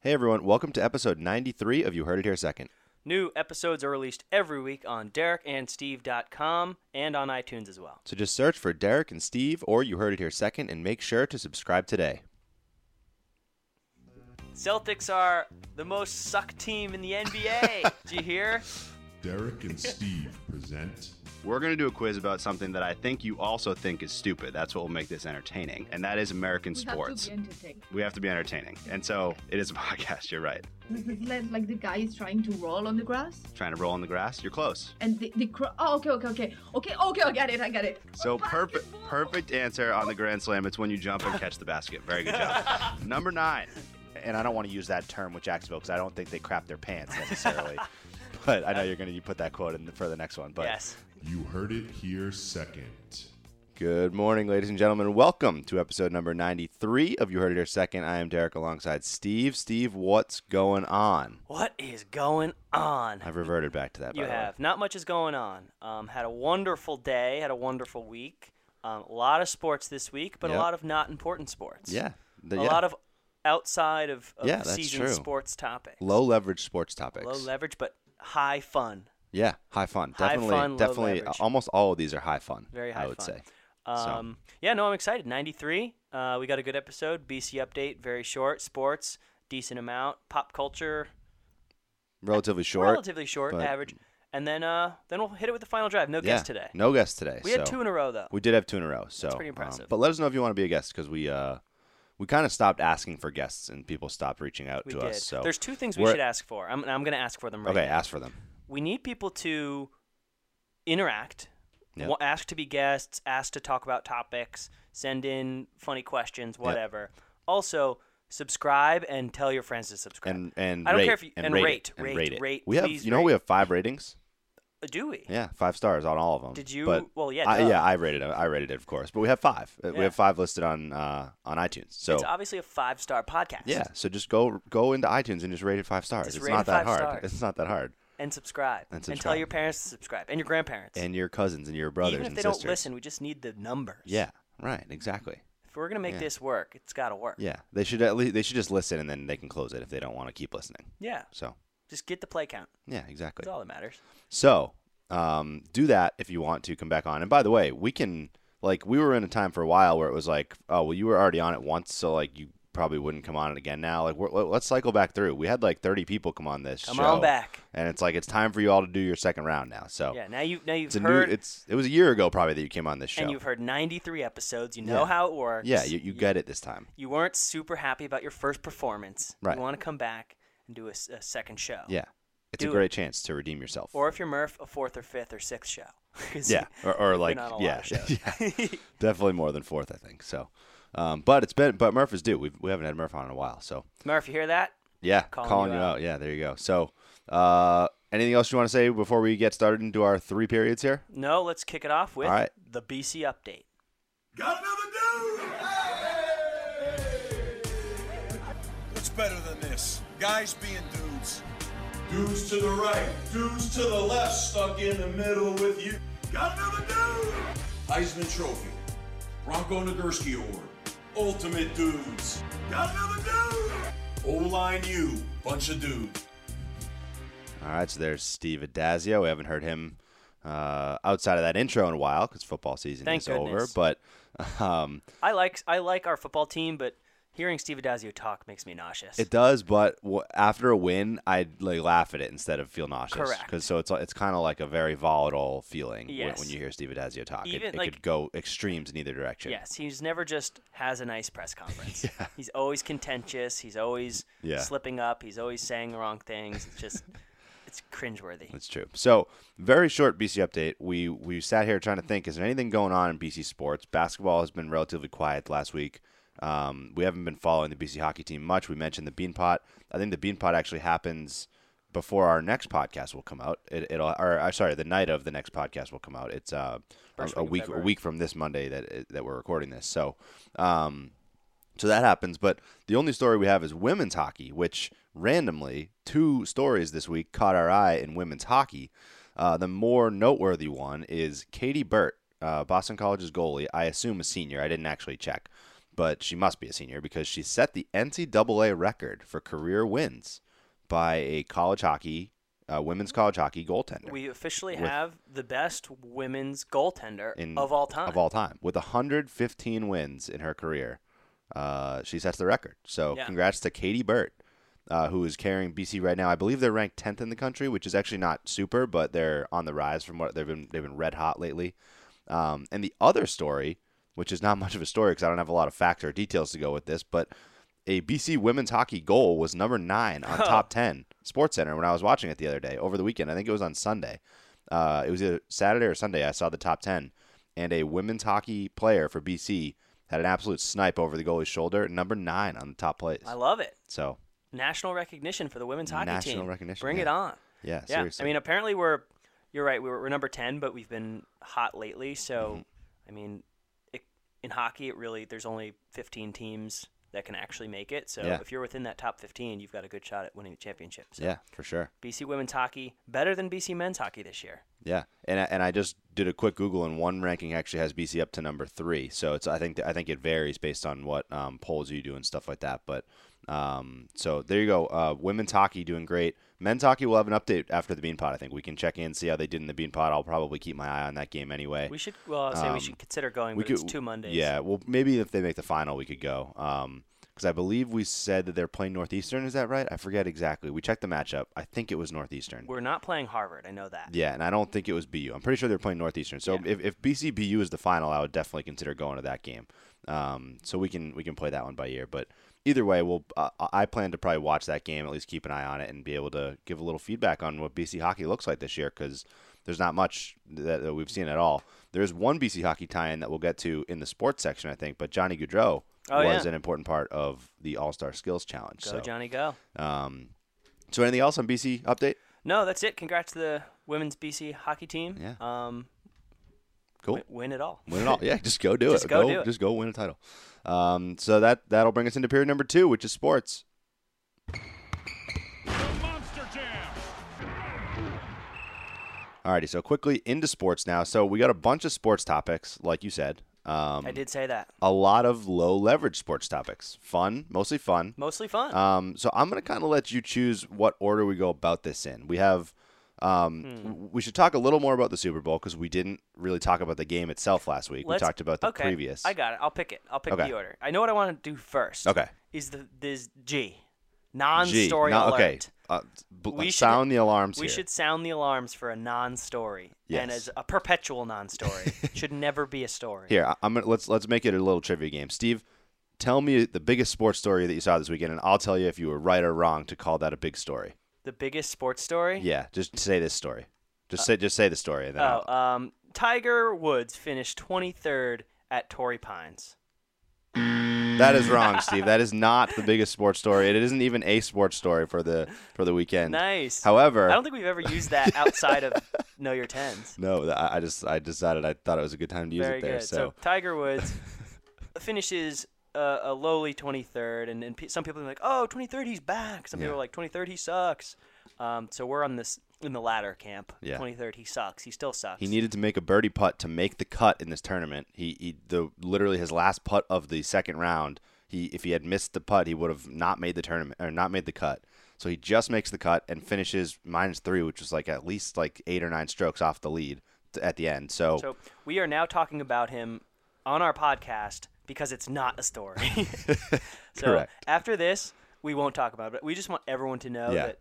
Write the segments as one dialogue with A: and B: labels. A: Hey everyone, welcome to episode 93 of You Heard It Here Second.
B: New episodes are released every week on DerekandSteve.com and on iTunes as well.
A: So just search for Derek and Steve or You Heard It Here Second and make sure to subscribe today.
B: Celtics are the most suck team in the NBA. Do you hear?
C: Derek and Steve present.
D: We're going to do a quiz about something that I think you also think is stupid. That's what will make this entertaining, and that is American
E: We
D: sports.
E: Have to be entertained.
D: we have to be entertaining. And so it is a podcast, you're right.
E: Like, the- like, like the guy is trying to roll on the grass,
D: Trying to roll in the grass, you're close.
E: and the, the cr- oh okay okay okay okay okay I got it I got it.
D: So perfect perfect answer on the grand slam. It's when you jump and catch the basket. Very good job. Number 9.
A: And I don't want to use that term with Jacksonville because I don't think they crap their pants necessarily. but I know you're going to put that quote in for the next one. But
B: yes.
C: You heard it here second.
A: Good morning, ladies and gentlemen. Welcome to episode number 93 of You Heard It Here Second. I am Derek alongside Steve. Steve, what's going on?
B: What is going on?
A: I've reverted back to that.
B: You
A: by the way.
B: have. Not much is going on. Um, had a wonderful day, had a wonderful week. Um, a lot of sports this week, but
A: Yep.
B: a lot of not important sports.
A: Yeah. The-
B: a
A: yeah.
B: lot of outside of, of
A: Yeah, that's
B: season
A: true.
B: sports topics.
A: low leverage sports topics.
B: Low leverage, but high fun.
A: Yeah, high fun.
B: High
A: Definitely,
B: fun, low
A: definitely.
B: leverage.
A: Almost all of these are high fun.
B: Very high
A: I would
B: fun.
A: say. So-
B: Um, Yeah, no, I'm excited. 93. Uh, we got a good episode. BC update, very short. Sports, decent amount. Pop culture,
A: Relatively short.
B: relatively short,
A: but-
B: average. And then uh, then we'll hit it with the final drive. No
A: yeah.
B: guest today.
A: No guests today.
B: we had
A: so-
B: two in a row though.
A: We did have two in a row. So
B: pretty
A: um,
B: impressive.
A: but let us know if you want to be a guest because we uh we kind of stopped asking for guests and people stopped reaching out
B: We
A: to
B: did.
A: us. So
B: There's two things we
A: we're-
B: should ask for. I'm, I'm going to ask for them right
A: Okay,
B: now.
A: ask for them.
B: We need people to interact,
A: Yep.
B: wa- ask to be guests, ask to talk about topics, send in funny questions, whatever. Also, subscribe and tell your friends to subscribe.
A: And and
B: I don't
A: rate,
B: care if you-
A: and
B: and
A: rate,
B: rate,
A: it, and
B: rate,
A: it.
B: rate,
A: We have
B: please
A: you know we
B: rate.
A: have five ratings.
B: Uh, Do we?
A: Yeah, five stars on all of them.
B: Did you-
A: But
B: well, yeah,
A: I,
B: duh.
A: yeah, I rated it. I rated it, of course. But we have five. Uh, We
B: Yeah.
A: have five listed on uh, on iTunes. So
B: It's obviously a five star podcast.
A: yeah, so just go go into iTunes and just rate it five stars.
B: Just
A: it's
B: rate it
A: not that
B: five
A: hard.
B: stars.
A: It's not that hard.
B: And subscribe.
A: And
B: tell
A: subscribe.
B: your parents to subscribe. And your grandparents.
A: And your cousins and your brothers
B: Even if
A: and
B: they
A: sisters.
B: don't listen, we just need the numbers.
A: Yeah, right, exactly.
B: If we're gonna make
A: Yeah.
B: this work, it's gotta work.
A: Yeah, they should at least they should just listen and then they can close it if they don't want to keep listening.
B: Yeah.
A: So
B: Just get the play count.
A: yeah, exactly.
B: That's all that matters.
A: So um, do that if you want to come back on. And by the way, we can like we were in a time for a while where it was like, oh well, you were already on it once, so like you probably wouldn't come on it again now. Like we're, let's cycle back through. We had like 30 people come on this
B: Come
A: show,
B: on back.
A: and it's like it's time for you all to do your second round now. So
B: Yeah. Now you now you've
A: Oh. it's a
B: heard
A: new. It's it was a year ago probably that you came on this show.
B: and you've heard ninety three episodes, you know
A: Yeah.
B: how it works.
A: yeah, you, you get it this time.
B: you weren't super happy about your first performance.
A: Right.
B: You wanna come back and do a, s- a second show.
A: Yeah, it's
B: Do
A: a
B: it.
A: great chance to redeem yourself.
B: Or if you're Murph, a fourth or fifth or sixth show. 'Cause
A: yeah, or, or
B: we've
A: like
B: been on a lot
A: yeah,
B: of shows.
A: yeah, definitely more than fourth, I think. So, um, but it's been but Murph is due. We've, we haven't had Murph on in a while, so
B: Murph, you hear that?
A: yeah,
B: Calling
A: calling,
B: you
A: you
B: out.
A: out. Yeah, there you go. So, uh, anything else you want to say before we get started into our three periods here?
B: No, let's kick it off with
A: All right.
B: the BC update.
C: Got another dude!
F: It's better than this. Guys being dudes. Dudes to the right, dudes to the left, stuck in the middle with you. Got another dude! Heisman Trophy, Bronco Nagurski Award, Ultimate Dudes. Got another dude! O line U, bunch of dudes.
A: All right, so there's Steve Adazio. We haven't heard him uh, outside of that intro in a while because football season
B: Thank
A: is
B: goodness.
A: over. But um,
B: I like I like our football team, but hearing Steve Adazio talk makes me nauseous.
A: It does, but w- after a win, I like laugh at it instead of feel nauseous.
B: Correct.
A: 'Cause so it's it's kind of like a very volatile feeling when- when,
B: Yes.
A: you hear Steve Adazio talk. It-
B: Even,
A: it
B: like-
A: could go extremes in either direction.
B: yes, he's never just has a nice press conference. He's always contentious. He's always
A: Yeah.
B: slipping up. He's always saying the wrong things. It's just it's cringeworthy.
A: That's true. So, very short BC update. We we sat here trying to think: is there anything going on in BC sports? Basketball has been relatively quiet the last week. Um, we haven't been following the BC hockey team much. We mentioned the Beanpot. I think the Beanpot actually happens before our next podcast will come out. It, it'll, or uh, sorry, the night of the next podcast will come out. It's uh, a,
B: First
A: a
B: week of
A: week a
B: February.
A: week from this Monday that that we're recording this. So, um, so that happens, but the only story we have is women's hockey, which randomly two stories this week caught our eye in women's hockey. Uh, the more noteworthy one is Katie Burt, uh, Boston College's goalie. I assume a senior. I didn't actually check, but she must be a senior because she set the NCAA record for career wins by a college hockey, uh, women's college hockey goaltender
B: We officially
A: With-
B: have the best women's goaltender
A: in
B: of all time.
A: Of all time, with 115 wins in her career, uh, she sets the record. So
B: Yeah.
A: congrats to Katie Burt, uh, who is carrying BC right now. I believe they're ranked 10th in the country, which is actually not super, but they're on the rise from what they've been. They've been red hot lately. Um, and the other story, which is not much of a story because I don't have a lot of facts or details to go with this, but a BC women's hockey goal was number nine on top 10 Sports Center when I was watching it the other day over the weekend. I think it was on Sunday. Uh, it was either Saturday or Sunday. I saw the top 10, and a women's hockey player for BC had an absolute snipe over the goalie's shoulder, number nine on the top place.
B: I love it.
A: so,
B: National recognition for the women's hockey team.
A: National recognition,
B: Bring
A: yeah.
B: it on.
A: yeah,
B: Yeah.
A: seriously.
B: I mean, apparently we're. You're right. We were, we're number ten, but we've been hot lately.
A: Mm-hmm.
B: So, I mean, it, in hockey, it really there's only 15 teams that can actually make it. So,
A: Yeah.
B: if you're within that top 15, you've got a good shot at winning the championship. So,
A: yeah, for sure.
B: BC women's hockey better than BC men's hockey this year.
A: Yeah, and I, and I just did a quick Google, and one ranking actually has BC up to number three. So it's I think I think it varies based on what um, polls you do and stuff like that. But um, so there you go. Uh, women's hockey doing great. Men's hockey will have an update after the Beanpot. I think we can check in see how they did in the Beanpot. I'll probably keep my eye on that game anyway.
B: We should. Well, I'll say
A: Um,
B: we should consider going.
A: we
B: but
A: could-
B: it's two Mondays.
A: Yeah, well, maybe if they make the final, we could go. Um 'cause because I believe we said that they're playing Northeastern. Is that right? I forget exactly. We checked the matchup. I think it was Northeastern.
B: We're not playing Harvard. I know that.
A: Yeah, and I don't think it was BU. I'm pretty sure they're playing Northeastern. So if, if BCBU is the final, I would definitely consider going to that game. Um, so we can we can play that one by ear. But either way, we'll uh, I plan to probably watch that game at least keep an eye on it and be able to give a little feedback on what BC hockey looks like this year because there's not much that, that we've seen at all. There is one BC hockey tie-in that we'll get to in the sports section, I think. But Johnny Gaudreau
B: Oh,
A: was
B: yeah.
A: an important part of the All Star Skills Challenge.
B: Go
A: so,
B: Johnny, go.
A: um, so anything else on BC update?
B: No, that's it. Congrats to the women's BC hockey team.
A: Yeah.
B: Um,
A: Cool.
B: wi- win it all.
A: Win it all. Yeah, just go do
B: Just
A: it.
B: go do it.
A: Just go win a title. Um, so that that'll bring us into period number two, which is sports. Alrighty, so quickly into sports now. So we got a bunch of sports topics, like you said. Um,
B: I did say that.
A: a lot of low leverage sports topics. Fun, mostly fun.
B: Mostly fun.
A: Um, so I'm gonna kind of let you choose what order we go about this in. We have, um,
B: Hmm.
A: w- we should talk a little more about the Super Bowl because we didn't really talk about the game itself last week.
B: Let's-
A: we talked about the
B: okay,
A: previous.
B: I got it. I'll pick it. I'll pick
A: Okay.
B: the order. I know what I want to do first.
A: Okay.
B: Is the this G
A: Gee,
B: non-story
A: no,
B: alert?
A: Okay. Uh, b-
B: We should-
A: sound the alarms
B: We
A: here.
B: should sound the alarms for a non-story,
A: Yes.
B: and as a perpetual non-story should never be a story.
A: Here, I- I'm gonna let's let's make it a little trivia game. Steve, tell me the biggest sports story that you saw this weekend, and I'll tell you if you were right or wrong to call that a big story.
B: The biggest sports story.
A: Yeah, just say this story. Just say just say the story, and then I'll-
B: Uh, Oh, um, Tiger Woods finished 23rd at Torrey Pines.
A: That is wrong, Steve. That is not the biggest sports story. It isn't even a sports story for the for the weekend.
B: Nice.
A: However,
B: I don't think we've ever used that outside of Know Your Tens.
A: no, th- I I just I decided I thought it was a good time to use
B: Very
A: it there.
B: good. So. Tiger Woods finishes uh, a lowly 23rd, and, and pe- some people are like, "Oh, 23rd, he's back." Some
A: Yeah.
B: people are like, "23rd, he sucks." Um, so we're on this in the latter camp.
A: Yeah.
B: 23rd, he sucks. He still sucks.
A: he needed to make a birdie putt to make the cut in this tournament. He, he the literally his last putt of the second round. He if he had missed the putt, he would have not made the tournament or not made the cut. So he just makes the cut and finishes minus three, which was like at least like eight or nine strokes off the lead t- at the end.
B: so we are now talking about him on our podcast because it's not a story. so
A: Correct.
B: after this, we won't talk about it. We just want everyone to know
A: Yeah.
B: that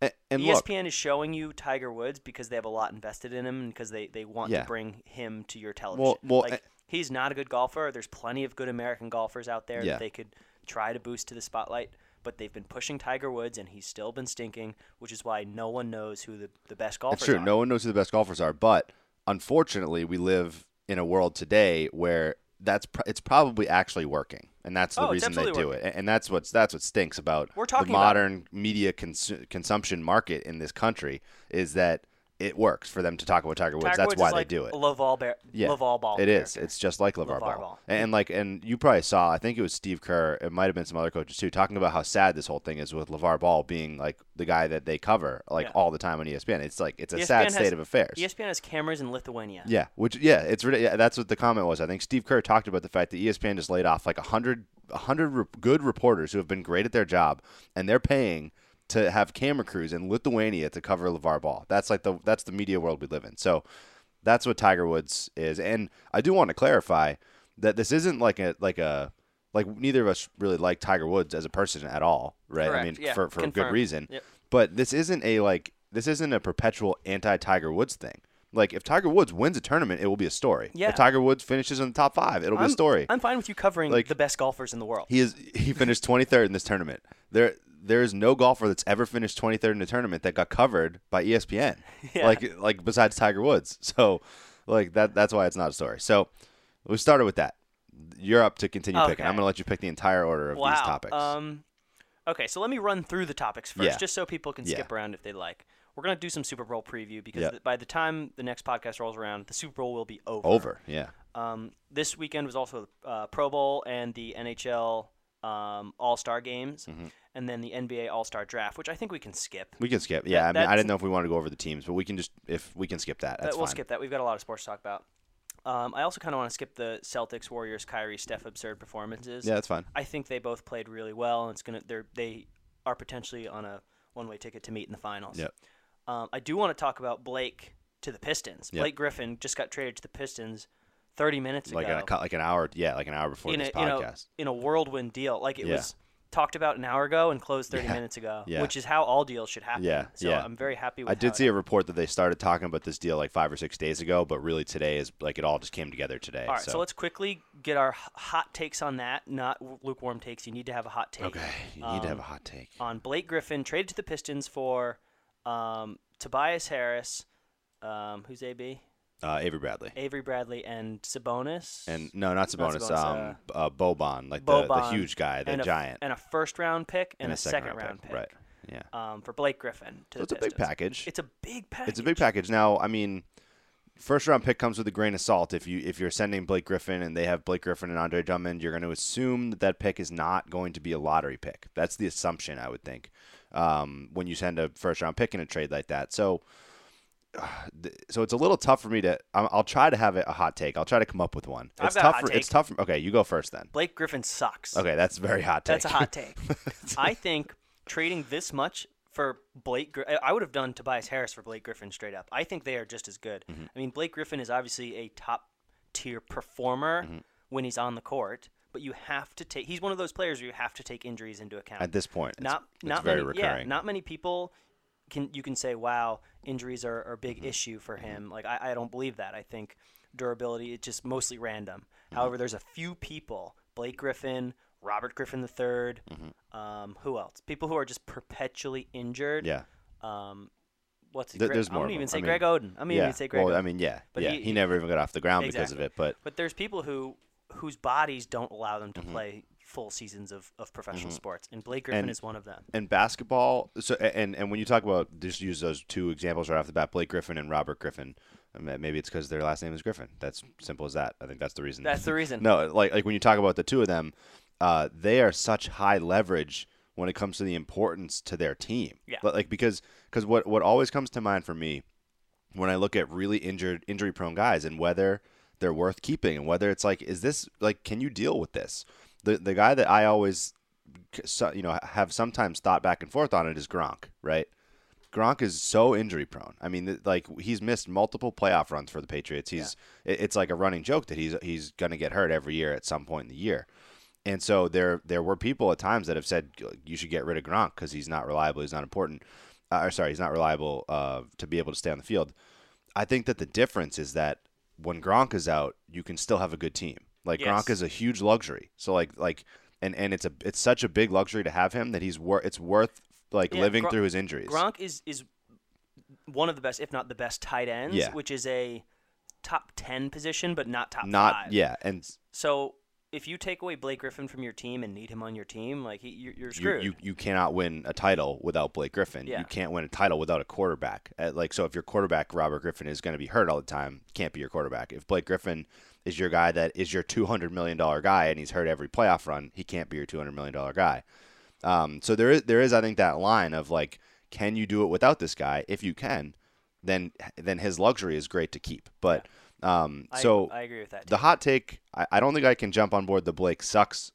A: a- and look,
B: ESPN is showing you Tiger Woods because they have a lot invested in him and because they, they want
A: Yeah.
B: to bring him to your television.
A: well, eh.
B: like,
A: a-
B: he's not a good golfer. There's plenty of good American golfers out there
A: Yeah.
B: that they could try to boost to the spotlight, but they've been pushing Tiger Woods and he's still been stinking, which is why no one knows who the, the best golfers
A: It's true.
B: are.
A: No one knows who the best golfers are, but unfortunately, we live in a world today where that's pr- it's probably actually working, and that's the
B: Oh, it's
A: reason they
B: absolutely
A: do it. A- And that's what's that's what stinks about
B: We're talking
A: the
B: about
A: modern media cons- consumption market in this country is that it works for them to talk about Tiger Woods.
B: Tiger
A: That's
B: Woods
A: why
B: is like
A: they do it.
B: Laval, Bar- Laval Ball.
A: It is.
B: character.
A: It's just like LeVar,
B: LeVar
A: Ball.
B: Ball.
A: And, and like, and you probably saw. I think it was Steve Kerr. It might have been some other coaches too, talking about how sad this whole thing is with LeVar Ball being like the guy that they cover like
B: Yeah. E
A: all the time on E ESPN. It's like it's a
B: ESPN
A: sad
B: has- E
A: state of affairs.
B: ESPN has cameras in Lithuania.
A: Yeah, which yeah, it's rid- yeah, that's what the comment was. I think Steve Kerr talked about the fact that E ESPN just laid off like a hundred a hundred re- good reporters who have been great at their job, and they're paying to have camera crews in Lithuania to cover LeVar Ball. That's like the that's the media world we live in. So that's what Tiger Woods is, and I do want to clarify that this isn't like a like a like neither of us really like Tiger Woods as a person at all, right? I
B: Correct,
A: mean,
B: yeah,
A: for for a good
B: confirmed.
A: reason.
B: Yep.
A: But this isn't a like this isn't a perpetual anti Tiger Woods thing. Like if Tiger Woods wins a tournament, it will be a story.
B: Yeah.
A: If Tiger Woods finishes in the top five, it'll be
B: I'm,
A: a story.
B: I'm fine with you covering
A: Like-
B: the best golfers in the world.
A: he is he finished twenty third in this tournament. There there is no golfer that's ever finished twenty third in a tournament that got covered by E ESPN.
B: Yeah.
A: Like like besides Tiger Woods. So like that that's why it's not a story. So we started with that. You're up to continue picking.
B: Okay.
A: I'm gonna let you pick the entire order of
B: wow.
A: these topics.
B: Um, okay, so let me run through the topics first,
A: Yeah.
B: just so people can
A: Yeah.
B: skip around if they like. We're gonna do some Super Bowl preview because
A: Yep.
B: th- by the time the next podcast rolls around, the Super Bowl will be over.
A: Over. Yeah.
B: Um, this weekend was also the uh, Pro Bowl and the NHL um, All Star games,
A: Mm-hmm.
B: and then the NBA All Star Draft, which I think we can skip.
A: We can skip. Yeah, I mean, I
B: that's-
A: didn't know if we wanted to go over the teams, but we can just if we can skip that. That's
B: But we'll
A: fine.
B: skip that. We've got a lot of sports to talk about. Um, I also kind of want to skip the Celtics, Warriors, Kyrie, Steph absurd performances.
A: Yeah, that's fine.
B: I think they both played really well, and it's gonna they're they are potentially on a one way ticket to meet in the finals.
A: Yep.
B: Um, I do want to talk about Blake to the Pistons.
A: Yep.
B: Blake Griffin just got traded to the Pistons thirty minutes
A: Like
B: ago.
A: an, a, like an hour. Yeah, like an hour before
B: in a,
A: this
B: in a
A: podcast.
B: in a whirlwind deal. Like it
A: Yeah.
B: was talked about an hour ago and closed thirty
A: Yeah.
B: minutes ago,
A: Yeah.
B: which is how all deals should happen.
A: Yeah,
B: So
A: yeah.
B: I'm very happy. with
A: I did
B: how
A: see
B: it-
A: a report that they started talking about this deal like five or six days ago, but really today is like it all just came together today.
B: All right, so. let's quickly get our h- hot takes on that, not w- lukewarm takes. You need to have a hot take.
A: Okay, you need to
B: um,
A: have a hot take.
B: on Blake Griffin traded to the Pistons for um, Tobias Harris, um, who's AB,
A: Uh, Avery Bradley
B: Avery Bradley, and Sabonis,
A: and no, not
B: Not
A: Sabonis.
B: Sabonis,
A: um, uh, Boban, like the, the
B: Boban,
A: huge guy, the
B: and a f-
A: giant,
B: and a first round pick and, a second, round pick,
A: Right. Yeah.
B: um, for Blake Griffin.
A: So
B: To the
A: it's a big
B: Pistons.
A: package.
B: It's a big package.
A: It's a big package. Now, I mean, first round pick comes with a grain of salt. If you if you're sending Blake Griffin and they have Blake Griffin and Andre Drummond, you're going to assume that that pick is not going to be a lottery pick. That's the assumption I would think um, when you send a first round pick in a trade like that. So. uh, th- So it's a little tough for me to. I'm- I'll try to have a hot take. I'll try to come up with one.
B: I've
A: It's
B: got a
A: tough.
B: hot
A: for, It's
B: take.
A: tough. For, okay, you go first then.
B: Blake Griffin sucks.
A: Okay, that's a very hot take.
B: That's a hot take. I think trading this much for Blake, Gri- I would have done Tobias Harris for Blake Griffin straight up. I think they are just as good.
A: Mm-hmm.
B: I mean, Blake Griffin is obviously a top tier performer
A: Mm-hmm.
B: when he's on the court, but you have to take. He's one of those players where you have to take injuries into account.
A: At this point, it's-
B: not
A: it's
B: not
A: very
B: many, Yeah,
A: recurring.
B: not many people can you can say, "Wow, injuries are, are a
A: Mm-hmm.
B: big issue for him." Like I, I don't believe that. I think durability it's just mostly random.
A: Mm-hmm.
B: However, there's a few people: Blake Griffin, Robert Griffin III,
A: Mm-hmm.
B: um, who else? People who are just perpetually injured.
A: Yeah.
B: Um, what's it?
A: There-
B: Gre-
A: there's
B: I'm
A: more
B: gonna
A: of
B: even
A: them.
B: say
A: I mean,
B: Greg Oden. I'm gonna
A: yeah.
B: even say Greg.
A: Well,
B: Oden.
A: I mean, yeah,
B: But
A: yeah.
B: he-
A: He, never even got off the ground because of it, but Mm-hmm.
B: But there's people who whose bodies don't allow them to play full seasons of, of professional sports, and Blake Griffin
A: And-
B: is one of them.
A: and basketball. So and and when you talk about just use those two examples right off the bat, Blake Griffin and Robert Griffin. I mean, Maybe it's because their last name is Griffin. That's simple as that. I think that's the reason.
B: That's the reason.
A: no, like like when you talk about the two of them, uh, they are such high leverage when it comes to the importance to their team.
B: Yeah.
A: But, Like because because what what always comes to mind for me when I look at really injured, injury prone guys and whether they're worth keeping and whether it's like, is this like, can you deal with this? The the guy that I always, so- you know, have sometimes thought back and forth on it is Gronk, right? Gronk is so injury prone. I mean, th- like he's missed multiple playoff runs for the Patriots. He's it- it's like a running joke that he's he's gonna get hurt every year at some point in the year. And so there there were people at times that have said you should get rid of Gronk because he's not reliable. He's not important. Uh, or sorry, he's not reliable uh, to be able to stay on the field. I think that the difference is that when Gronk is out, you can still have a good team. Like
B: Yes.
A: Gronk is a huge luxury. So like like and and it's a it's such a big luxury to have him that he's worth it's worth like
B: Yeah,
A: living
B: Gron-
A: through his injuries.
B: Gronk is is one of the best, if not the best, tight ends,
A: Yeah.
B: which is a top ten position, but not top
A: not
B: five.
A: yeah and
B: So if you take away Blake Griffin from your team and need him on your team, like he, you're, you're
A: You,
B: screwed.
A: you you cannot win a title without Blake Griffin.
B: Yeah.
A: You can't win a title without a quarterback. Uh, like so, if your quarterback Robert Griffin is going to be hurt all the time, can't be your quarterback. If Blake Griffin is your guy that is your two hundred million dollar guy and he's hurt every playoff run, he can't be your two hundred million dollar guy. Um, so there is there is I think that line of like, can you do it without this guy? If you can, then then his luxury is great to keep. But um,
B: I,
A: so
B: I agree with that.
A: the
B: too.
A: hot take, I, I don't think I can jump on board the Blake sucks.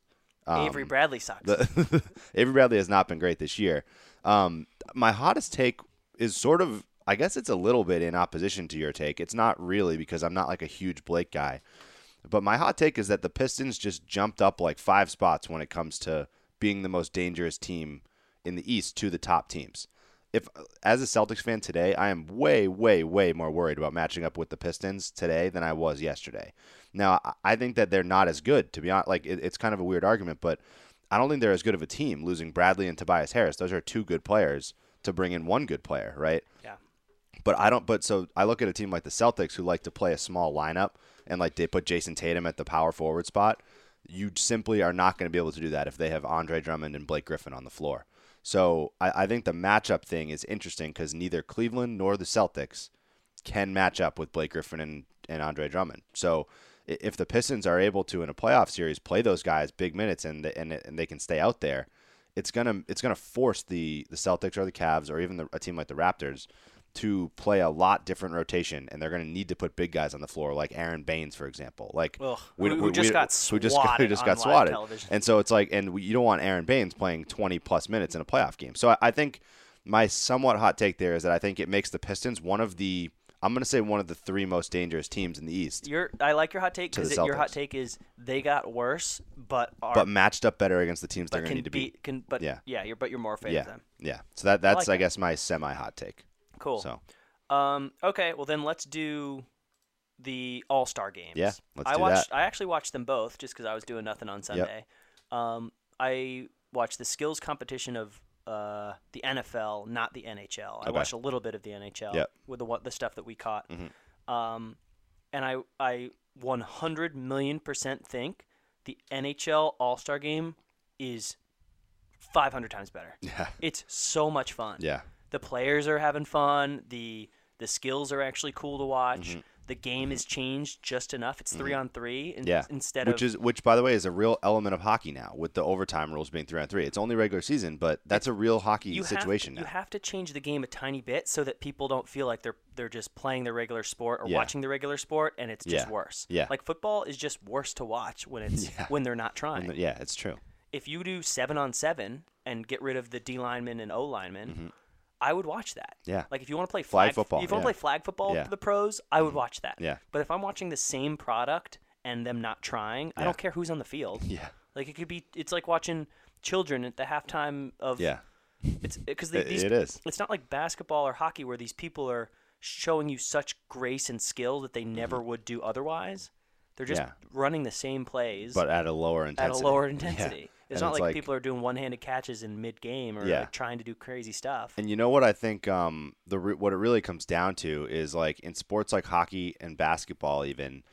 A: Um,
B: Avery Bradley sucks.
A: the, Avery Bradley has not been great this year. Um, my hottest take is sort of, I guess it's a little bit in opposition to your take. It's not really because I'm not like a huge Blake guy. But my hot take is that the Pistons just jumped up like five spots when it comes to being the most dangerous team in the East to the top teams. If as a Celtics fan today, I am way, way, way more worried about matching up with the Pistons today than I was yesterday. Now, I- I think that they're not as good. To be honest, like it, it's kind of a weird argument, but I don't think they're as good of a team. Losing Bradley and Tobias Harris, those are two good players to bring in one good player, right?
B: yeah.
A: But I don't. But so I look at a team like the Celtics who like to play a small lineup and like they put Jason Tatum at the power forward spot. You simply are not going to be able to do that if they have Andre Drummond and Blake Griffin on the floor. So I, I think the matchup thing is interesting because neither Cleveland nor the Celtics can match up with Blake Griffin and, and Andre Drummond. So i- if the Pistons are able to in a playoff series play those guys big minutes and the, and, and they can stay out there, it's gonna it's gonna force the the Celtics or the Cavs or even the, a team like the Raptors to play a lot different rotation, and they're gonna need to put big guys on the floor like Aaron Baines, for example. Like
B: Ugh, who- who just got
A: who just who
B: swatted
A: just
B: on
A: got
B: live
A: swatted,
B: television.
A: and so it's like and we, you don't want Aaron Baines playing 20 plus minutes in a playoff game. So I, I think my somewhat hot take there is that I think it makes the Pistons one of the I'm going to say one of the three most dangerous teams in the East,
B: Your I like your hot take
A: To the
B: because your hot
A: Celtics.
B: take is they got worse, but are
A: but matched up better against the teams they're going to
B: can
A: need to beat.
B: can but
A: Yeah.
B: yeah, you're but you're more afraid
A: Yeah,
B: of them.
A: yeah. So that that's
B: like
A: I,
B: that.
A: guess my semi hot take.
B: Cool.
A: So
B: Um, okay, well then let's do the All Star games.
A: Yeah, let's
B: I
A: do
B: watched.
A: that.
B: I actually watched them both just because I was doing nothing on Sunday. Um, I watched the skills competition of uh, the NFL, not the NHL. I
A: Okay.
B: watched a little bit of the NHL
A: Yep. Mm-hmm.
B: with the what the stuff that we caught. Um, and I I 100 million percent think the NHL All Star game is 500 times better.
A: yeah,
B: It's so much fun
A: yeah,
B: the players are having fun. The the skills are actually cool to watch.
A: Mm-hmm.
B: The game is changed just enough. It's three on three in,
A: yeah.
B: instead
A: which
B: of
A: is which by the way is a real element of hockey now with the overtime rules being three on three. It's only regular season, but that's a real hockey
B: you
A: situation
B: Have to,
A: now.
B: You have to change the game a tiny bit so that people don't feel like they're they're just playing the regular sport or
A: Yeah.
B: watching the regular sport and it's just
A: Yeah.
B: worse.
A: Yeah.
B: like football is just worse to watch when it's
A: Yeah.
B: when they're not trying.
A: And the- yeah, it's true.
B: if you do seven on seven and get rid of the D lineman and O lineman, I would watch that.
A: Mm-hmm. Yeah.
B: Like if you want to play
A: Flag
B: flag,
A: football,
B: if you want
A: yeah.
B: to play flag football
A: Yeah.
B: for the pros, I would watch that.
A: Yeah.
B: But if I'm watching the same product and them not trying, I don't care who's on the field.
A: Yeah.
B: Like it could be, it's like watching children at the halftime of
A: Yeah,
B: it's because
A: It-
B: these,
A: it is.
B: It's not like basketball or hockey where these people are showing you such grace and skill that they never would do otherwise. They're just
A: Mm-hmm. Yeah.
B: running the same plays
A: but at a lower
B: at a
A: intensity.
B: lower
A: Yeah.
B: intensity.
A: And
B: It's not like, people are doing one-handed catches in mid-game or
A: Yeah.
B: like trying to do crazy stuff.
A: And you know what I think um, the re- what it really comes down to is like in sports like hockey and basketball even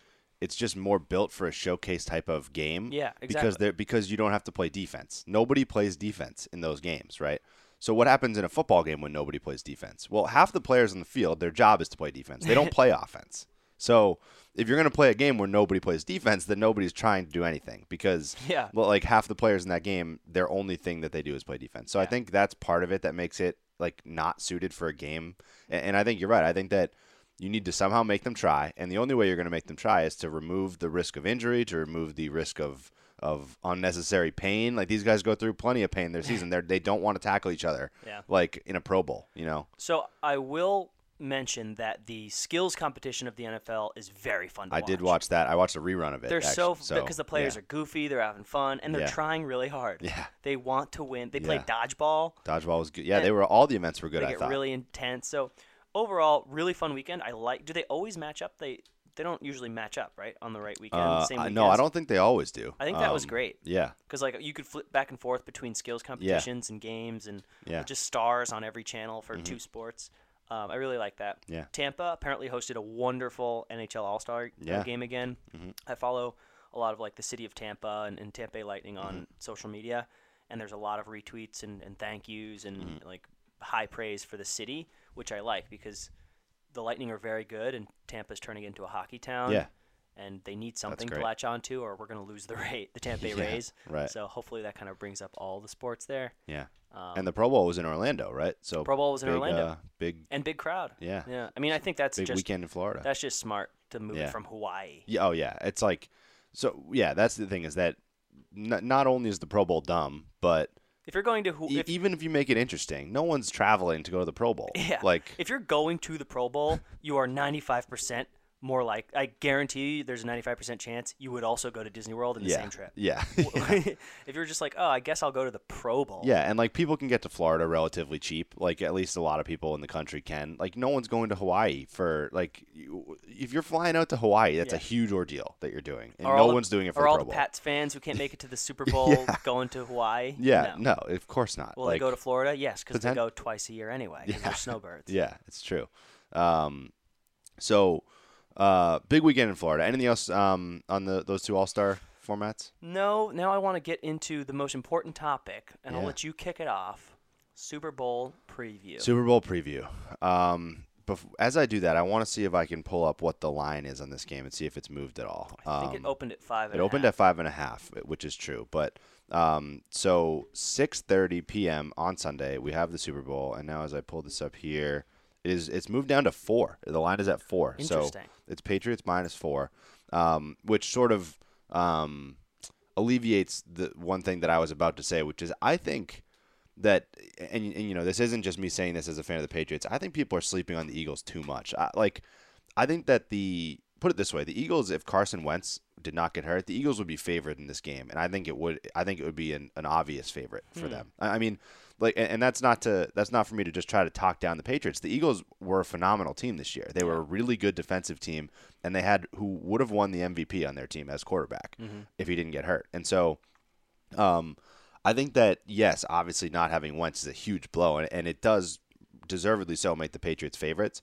A: it's just more built for a showcase type of game.
B: Yeah,
A: Because
B: exactly.
A: they're because you don't have to play defense. Nobody plays defense in those games, right? So what happens in a football game when nobody plays defense? Well, half the players on the field, their job is to play defense. They don't play offense. So if you're going to play a game where nobody plays defense, then nobody's trying to do anything because
B: Yeah.
A: well, like half the players in that game, their only thing that they do is play defense. So I think that's part of it that makes it like not suited for a game. And, and I think you're right. I think that you need to somehow make them try, and the only way you're going to make them try is to remove the risk of injury, to remove the risk of of unnecessary pain. Like these guys go through plenty of pain their season. They they don't want to tackle each other.
B: Yeah.
A: Like in a Pro Bowl, you know.
B: so I will mention that the skills competition of the NFL is very fun. To
A: I did watch that. I watched a rerun of it.
B: They're so
A: actually,
B: because the players
A: yeah.
B: are goofy, they're having fun, and they're
A: Yeah.
B: trying really hard.
A: Yeah.
B: They want to win. They play
A: Yeah.
B: dodgeball.
A: Dodgeball was good. Yeah, they were all the events were good.
B: They
A: I
B: get
A: thought.
B: really intense. So overall, really fun weekend. I like. Do they always match up? They they don't usually match up right on the right weekend.
A: Uh,
B: same
A: I-
B: weekend.
A: no, I don't think they always do.
B: I think that was
A: Um,
B: great.
A: Yeah,
B: because like you could flip back and forth between skills competitions and games and
A: Yeah. Mm-hmm.
B: just stars on every channel for two sports. Um, I really like that.
A: Yeah.
B: Tampa apparently hosted a wonderful NHL All Star
A: Yeah. Mm-hmm.
B: game again. uh, I follow a lot of like the city of Tampa and, and Tampa Bay Lightning on
A: Mm-hmm.
B: social media, and there's a lot of retweets and, and thank yous
A: Mm-hmm.
B: and like high praise for the city, which I like because the Lightning are very good and Tampa's turning into a hockey town.
A: Yeah.
B: And they need something to
A: great.
B: latch onto, or we're going to lose the rate, the Tampa Bay
A: Yeah,
B: Rays.
A: right.
B: So hopefully that kind of brings up all the sports there.
A: Yeah. and the Pro Bowl was in Orlando, right? So
B: Um, Pro Bowl was in
A: big,
B: Orlando.
A: Uh, big
B: And big crowd.
A: Yeah.
B: Yeah. I mean, I think that's
A: big
B: just
A: weekend in Florida.
B: that's just smart to move
A: Yeah.
B: it from Hawaii.
A: Yeah, oh yeah, it's like so. Yeah, that's the thing is that n- not only is the Pro Bowl dumb, but
B: If you're going to Hu-
A: e-
B: if,
A: even if you make it interesting, no one's traveling to go to the Pro Bowl.
B: yeah,
A: like
B: if you're going to the Pro Bowl, you are 95% more like I guarantee you there's a 95% chance you would also go to Disney World in the
A: yeah,
B: same trip.
A: yeah,
B: if you're just like, "Oh, I guess I'll go to the Pro Bowl."
A: yeah, and like people can get to Florida relatively cheap. Like at least a lot of people in the country can. Like no one's going to Hawaii for like you- if you're flying out to Hawaii, that's a
B: Yeah.
A: huge ordeal that you're doing, and
B: Are
A: no
B: all the-
A: one's doing it for
B: Are
A: the
B: all
A: Pro
B: the
A: Bowl.
B: Pats fans who can't make it to the Super Bowl going to Hawaii?
A: yeah,
B: No.
A: no. of course not.
B: Will
A: like,
B: they go to Florida? Yes, because they
A: potent-
B: go twice a year anyway. 'cause they're snowbirds.
A: Yeah, it's true. Um, so uh, big weekend in Florida. Anything else um, on the those two All Star formats?
B: No, now I want to get into the most important topic, and I'll
A: Yeah.
B: let you kick it off. Super Bowl preview.
A: Super Bowl preview. Um, bef- as I do that, I want to see if I can pull up what the line is on this game and see if it's moved at all.
B: I think
A: Um,
B: it opened at five.
A: It opened at five and a half, which is true. But um, so six thirty p.m. on Sunday, we have the Super Bowl, and now as I pull this up here, it is it's moved down to four. The line is at four, so
B: Interesting.
A: it's Patriots minus four, um, which sort of um, alleviates the one thing that I was about to say, which is I think that and, and you know this isn't just me saying this as a fan of the Patriots. I think people are sleeping on the Eagles too much. I, like I think that the put it this way, the Eagles if Carson Wentz did not get hurt, the Eagles would be favored in this game, and I think it would I think it would be an, an obvious favorite for them. I, I mean, like and, and that's not to that's not for me to just try to talk down the Patriots. The Eagles were a phenomenal team this year. They were a really good defensive team and they had who would have won the MVP on their team as quarterback if he didn't get hurt. And so um, I think that yes, obviously not having Wentz is a huge blow, and, and it does deservedly so make the Patriots favorites.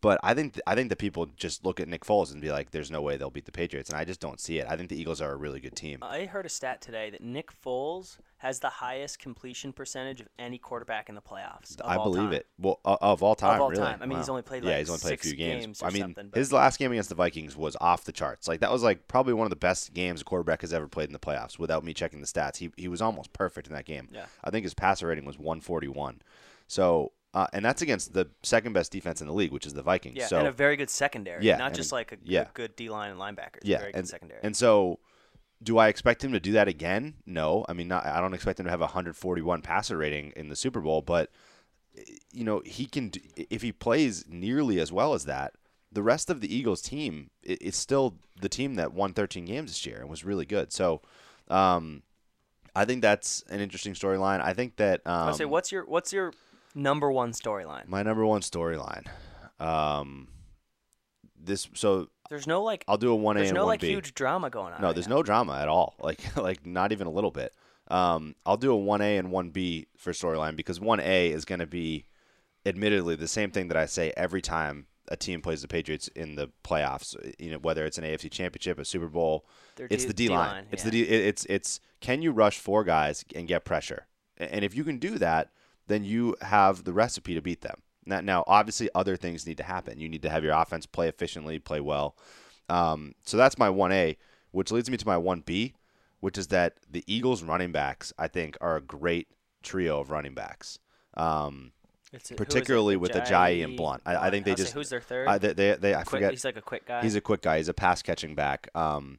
A: But I think I think that people just look at Nick Foles and be like, "There's no way they'll beat the Patriots," and I just don't see it. I think the Eagles are a really good team.
B: I heard a stat today that Nick Foles has the highest completion percentage of any quarterback in the playoffs. of
A: I
B: all
A: believe
B: time.
A: it. Well, o- of all time,
B: all
A: really.
B: time. I mean, he's only played,
A: yeah,
B: like,
A: he's only played
B: six
A: a few games.
B: games or
A: I mean,
B: something, but-
A: his last game against the Vikings was off the charts. Like that was like probably one of the best games a quarterback has ever played in the playoffs. Without me checking the stats, he he was almost perfect in that game.
B: Yeah.
A: I think his passer rating was 141. So, uh, and that's against the second best defense in the league, which is the Vikings.
B: Yeah,
A: so
B: and a very good secondary.
A: Yeah,
B: not
A: and
B: just
A: a-
B: like a, a
A: yeah.
B: good D line and linebackers.
A: yeah,
B: very good
A: and,
B: secondary.
A: and so do I expect him to do that again? No, I mean, not, I don't expect him to have a 141 passer rating in the Super Bowl, but you know he can do, if he plays nearly as well as that. The rest of the Eagles team i- is still the team that won 13 games this year and was really good. So, um, I think that's an interesting storyline. I think that um,
B: I say, what's your what's your number one storyline?
A: my number one storyline. Um, this so
B: There's no like
A: I'll do a one A
B: there's
A: and
B: no
A: one
B: like
A: B.
B: huge drama going on.
A: No,
B: right
A: there's
B: now.
A: no drama at all. Like like not even a little bit. Um, I'll do a one A and one B for storyline because one A is going to be, admittedly, the same thing that I say every time a team plays the Patriots in the playoffs. You know, whether it's an AFC Championship, a Super Bowl,
B: Their
A: it's
B: D-
A: the D line.
B: D-line,
A: It's
B: yeah.
A: the D. it- It's it's can you rush four guys and get pressure? A- And if you can do that, then you have the recipe to beat them. Now, now obviously, other things need to happen. You need to have your offense play efficiently, play well. Um, so that's my 1A, which leads me to my 1B, which is that the Eagles running backs, I think, are a great trio of running backs. Um,
B: It's a- who is it?
A: particularly with Ajayi and Blunt. I, I think they
B: I'll say,
A: just
B: who's their third?
A: I, they, they, they- I
B: Quick-
A: forget.
B: he's like a quick guy.
A: He's a quick guy. He's a pass catching back. Um,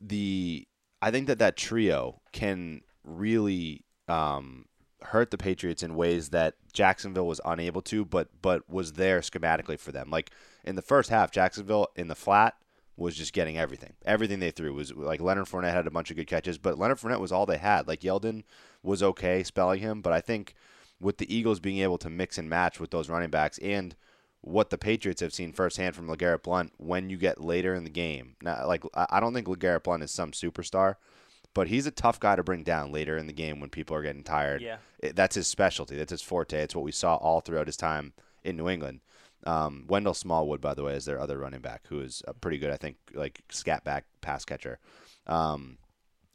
A: the I think that that trio can really um, hurt the Patriots in ways that Jacksonville was unable to, but but was there schematically for them. Like in the first half, Jacksonville in the flat was just getting everything. Everything they threw was like Leonard Fournette had a bunch of good catches, but Leonard Fournette was all they had. Like Yeldon was okay spelling him, but I think with the Eagles being able to mix and match with those running backs and what the Patriots have seen firsthand from LeGarrette Blunt when you get later in the game. Now, like I I don't think LeGarrette Blunt is some superstar, but he's a tough guy to bring down later in the game when people are getting tired.
B: Yeah.
A: It- that's his specialty. That's his forte. It's what we saw all throughout his time in New England. Um, Wendell Smallwood, by the way, is their other running back, who is a pretty good, I think, like scat back pass catcher. Um,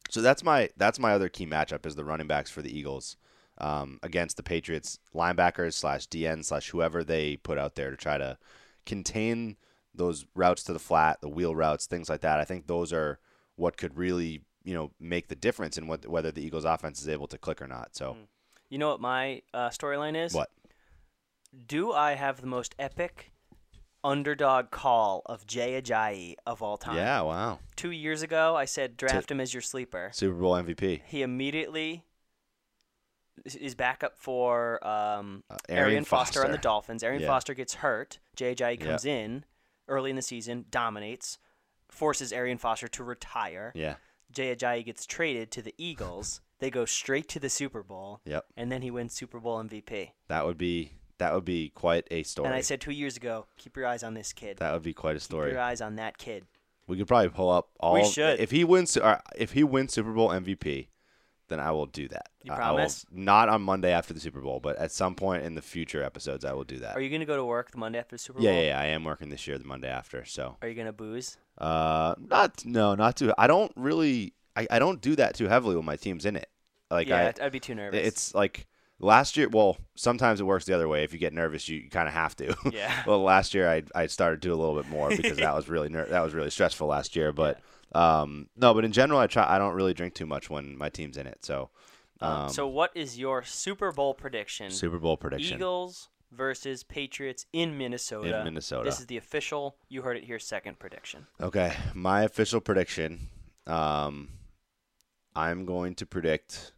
A: so that's my that's my other key matchup is the running backs for the Eagles um, against the Patriots linebackers slash DN slash whoever they put out there to try to contain those routes to the flat, the wheel routes, things like that. I think those are what could really you know make the difference in what whether the Eagles offense is able to click or not. So
B: Mm. You know what my uh, storyline is?
A: what?
B: Do I have the most epic underdog call of Jay Ajayi of all time?
A: Yeah, wow,
B: Two years ago, I said draft him as your sleeper.
A: Super Bowl MVP.
B: He immediately is- is back up for um,
A: Uh, Arian
B: Arian Foster. on the
A: Foster.
B: Dolphins. Arian
A: Yeah.
B: Foster gets hurt. Jay Ajayi comes in early in the season, dominates, forces Arian Foster to retire.
A: Yeah,
B: Jay Ajayi gets traded to the Eagles. they go straight to the Super Bowl.
A: Yep.
B: And then he wins Super Bowl MVP.
A: that would be that would be quite a story.
B: And I said two years ago, keep your eyes on this kid.
A: that would be quite a
B: keep
A: story.
B: your eyes on that kid.
A: We could probably pull up all.
B: should.
A: If he wins, or if he wins Super Bowl MVP, then I will do that.
B: You
A: I- I
B: promise?
A: will, not on Monday after the Super Bowl, but at some point in the future episodes, I will do that.
B: Are you gonna go to work the Monday after the Super
A: yeah,
B: Bowl?
A: yeah, yeah, I am working this year, the Monday after. So,
B: Are you gonna booze?
A: uh, not no, not too. I don't really. I, I don't do that too heavily when my team's in it. Like
B: yeah,
A: I,
B: I'd- I'd be too nervous.
A: It's like last year. Well, sometimes it works the other way. If you get nervous, you, you kind of have to.
B: Yeah.
A: well, last year I I started to do a little bit more because that was really ner- that was really stressful last year. But um, no, but in general, I try. I don't really drink too much when my team's in it. So
B: Um, so what is your Super Bowl prediction?
A: Super Bowl prediction.
B: Mm. Eagles versus Patriots in Minnesota.
A: In Minnesota.
B: This is the official. You heard it here. Second prediction.
A: Okay, my official prediction. Um, I'm going to predict,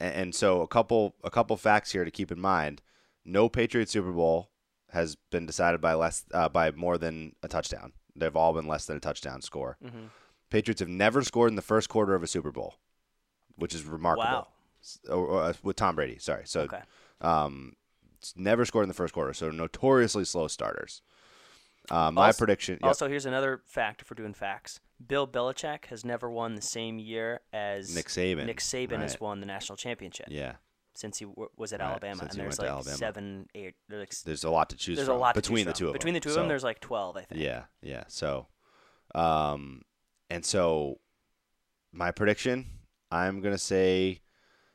A: a- and, so a couple a couple facts here to keep in mind. No Patriot Super Bowl has been decided by less uh, by more than a touchdown. They've all been less than a touchdown score.
B: Mm-hmm.
A: Patriots have never scored in the first quarter of a Super Bowl, which is remarkable.
B: Wow.
A: S- Or, or, uh, with Tom Brady, sorry. So,
B: Okay.
A: um, s- never scored in the first quarter. So notoriously slow starters. Uh, my
B: Also-
A: prediction. yep.
B: Also, here's another fact if we're doing facts. Bill Belichick has never won the same year as
A: Nick Saban.
B: Nick Saban has
A: Right.
B: won the national championship
A: Yeah,
B: since he w- was at
A: Right,
B: Alabama.
A: since he
B: and
A: went
B: there's like
A: to Alabama.
B: seven, eight. There's, like,
A: there's a lot to choose.
B: there's a
A: from
B: lot to choose
A: between the
B: from.
A: two of
B: Between
A: them.
B: the two of them,
A: So,
B: there's like 12, I think.
A: yeah, yeah. So, um, and so, my prediction, I'm gonna say,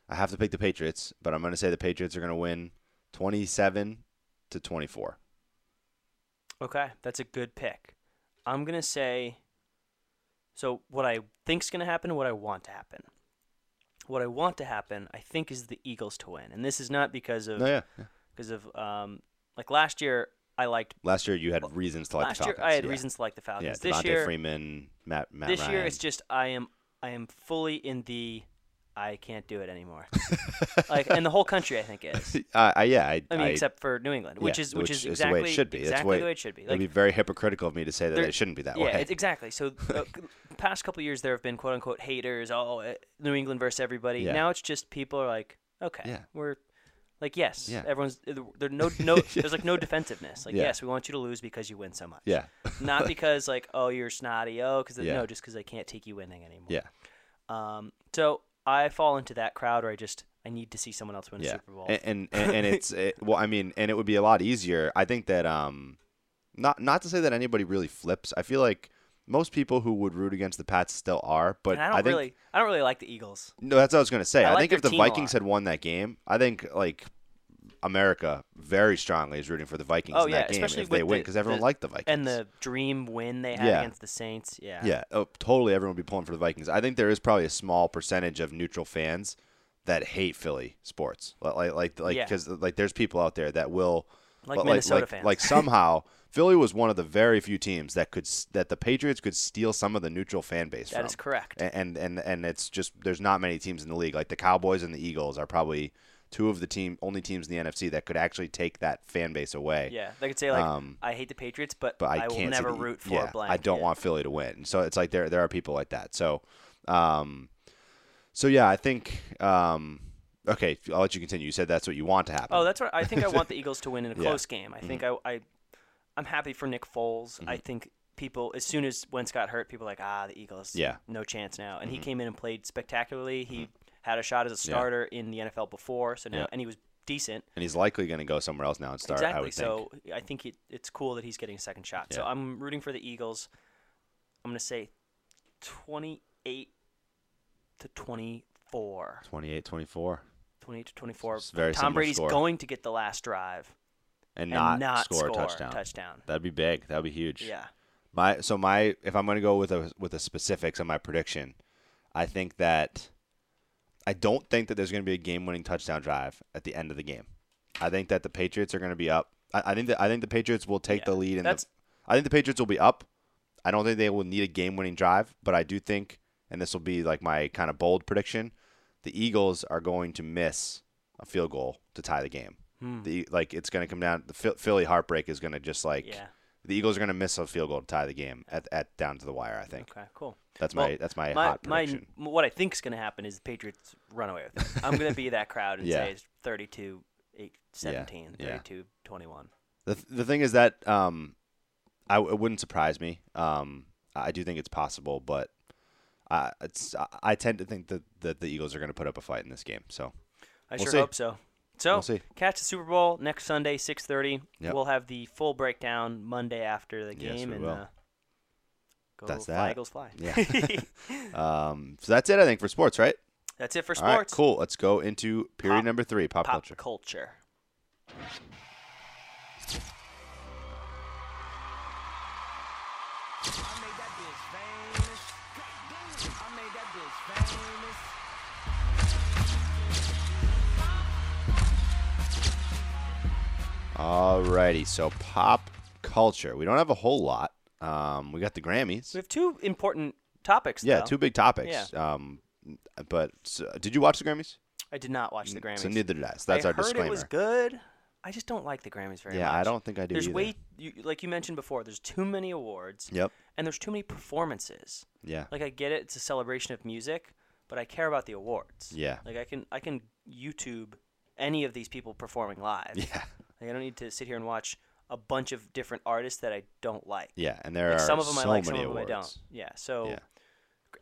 A: I have to pick the Patriots, but I'm gonna say the Patriots are gonna win 27 to 24.
B: Okay, that's a good pick. I'm gonna say. So what I think's gonna happen, what I want to happen, what I want to happen, I think is the Eagles to win, and this is not because of
A: No, Oh, yeah. yeah.
B: because of um like last year I liked
A: Last year you had reasons to like
B: last
A: the
B: year
A: Falcons.
B: I had
A: yeah.
B: reasons to like the
A: Yeah,
B: Falcons. this
A: Devontae
B: year,
A: Freeman, Matt, Matt
B: this
A: Ryan.
B: year it's just I am I am fully in the I can't do it anymore. like and the whole country I think is.
A: uh, I, yeah, I,
B: I mean,
A: I-
B: except for New England, which
A: yeah,
B: is which, is
A: the way
B: exactly
A: it should be. That's
B: exactly
A: way-
B: the way it should be.
A: it'd
B: Like,
A: be very hypocritical of me to say that
B: there-
A: it shouldn't be that
B: yeah,
A: way.
B: it's exactly. So, uh, c- past couple years there have been quote unquote haters. Oh, uh, New England versus everybody.
A: Yeah.
B: Now it's just people are like, okay,
A: Yeah.
B: we're like, yes,
A: Yeah.
B: everyone's there. No, no, there's like no defensiveness. Like,
A: Yeah.
B: yes, we want you to lose because you win so much.
A: yeah,
B: Not because like, oh, you're snotty. Oh, because
A: Yeah.
B: no, just because I can't take you winning anymore.
A: yeah.
B: Um. So I fall into that crowd, where I just I need to see someone else win a Super Bowl.
A: A- And and, and it's it, well, I mean, and it would be a lot easier. I think that um, not not to say that anybody really flips. I feel like most people who would root against the Pats still are, but
B: And I don't
A: think
B: really, I don't really like the Eagles.
A: no, that's what I was gonna say.
B: I
A: I,
B: like
A: think
B: their
A: if the
B: team a lot.
A: Vikings had won that game, I think like. America very strongly is rooting for the Vikings
B: Oh
A: in
B: yeah,
A: that game
B: especially
A: if they
B: with
A: win
B: the-
A: because everyone
B: the-
A: liked the Vikings
B: and the dream win they had
A: Yeah.
B: against the Saints. Yeah.
A: Yeah, oh, totally. Everyone would be pulling for the Vikings. I think there is probably a small percentage of neutral fans that hate Philly sports. Like, like, like, like,
B: Yeah.
A: because like, there's people out there that will,
B: Like
A: but,
B: Minnesota
A: like,
B: fans.
A: like somehow Philly was one of the very few teams that could s- that the Patriots could steal some of the neutral fan base.
B: That
A: from.
B: is correct.
A: A- And and and it's just there's not many teams in the league. Like the Cowboys and the Eagles are probably two of the team only teams in the NFC that could actually take that fan base away.
B: Yeah, they could say like,
A: Um,
B: I hate the Patriots, but,
A: but I,
B: will
A: can't see
B: never
A: the- E
B: root for
A: yeah,
B: blank.
A: I don't
B: Yeah.
A: want Philly to win. So it's like there there are people like that. So, um, so yeah, I think um, okay, I'll let you continue. You said that's what you want to happen.
B: Oh, that's what I think. I want the Eagles to win in a
A: Yeah. Mm-hmm.
B: close game. I think I, I, I'm happy for Nick Foles. I think people, as soon as Wentz got hurt, people were like, ah, the Eagles,
A: Yeah. Mm-hmm.
B: no chance now. And he came in and played spectacularly. He had a shot as a starter in the NFL before, so now
A: Yeah.
B: and he was decent.
A: and he's likely going to go somewhere else now and start. I
B: exactly.
A: would
B: so
A: think.
B: I think it, it's cool that he's getting a second shot. So
A: Yeah.
B: I'm rooting for the Eagles. I'm gonna say 28 to 24.
A: 28 24
B: 28 to 24.
A: It's a very
B: Tom
A: similar
B: Brady's
A: score.
B: going to get the last drive
A: and
B: and
A: not,
B: not,
A: score, a touchdown.
B: touchdown.
A: That'd be big. That'd be huge.
B: Yeah.
A: My so my if I'm going to go with a with a specifics on my prediction, I think that I don't think that there's going to be a game-winning touchdown drive at the end of the game. I think that the Patriots are going to be up. I, I think that I think the Patriots will take the
B: Yeah,
A: lead and
B: that's-
A: I think the Patriots will be up. I don't think they will need a game-winning drive, but I do think and this will be like my kind of bold prediction, the Eagles are going to miss a field goal to tie the game.
B: Hmm.
A: The like it's going to come down the Phil- Philly heartbreak is going to just like
B: Yeah.
A: the Eagles are going to miss a field goal to tie the game at, at down to the wire. I think
B: Okay, cool.
A: that's
B: Well,
A: my that's my, hot prediction.
B: m- what I think is going to happen is the Patriots run away with it. I'm going to be that crowd and
A: Yeah.
B: say it's 32 8, 17,
A: yeah.
B: 32 21.
A: the th- the thing is that um, I w- it wouldn't surprise me. Um, I do think it's possible, but I it's I- I tend to think that, that the Eagles are going to put up a fight in this game. So
B: I
A: We'll
B: sure
A: see.
B: hope so. So,
A: We'll see.
B: catch the Super Bowl next Sunday, 6:30.
A: Yep.
B: We'll have the full breakdown Monday after the
A: Yes,
B: game
A: we
B: and
A: will.
B: Uh, go
A: That's
B: fly,
A: that.
B: Eagles fly.
A: Yeah. um, so that's it. I think for sports, right?
B: That's it for
A: All right,
B: sports.
A: cool. Let's go into period
B: Pop-
A: number three, pop,
B: Pop
A: culture.
B: culture.
A: Alrighty, so pop culture. We don't have a whole lot. Um, we got the Grammys.
B: We have two important topics.
A: Yeah,
B: though.
A: two big topics. Um, but so, did you watch the Grammys?
B: I did not watch the Grammys.
A: So neither did I. So that's
B: I
A: our
B: heard
A: disclaimer.
B: It was good. I just don't like the Grammys very
A: Yeah,
B: much.
A: I don't think I do
B: There's
A: either.
B: way, you, like you mentioned before, there's too many awards.
A: Yep.
B: And there's too many performances.
A: Yeah.
B: Like I get it, it's a celebration of music, but I care about the awards.
A: Yeah.
B: Like I can I can YouTube any of these people performing live.
A: yeah.
B: Like I don't need to sit here and watch a bunch of different artists that I don't like.
A: Yeah, and there
B: Like,
A: are
B: some of them
A: so
B: I like, some
A: many
B: of them
A: awards.
B: I don't. Yeah. So
A: Yeah.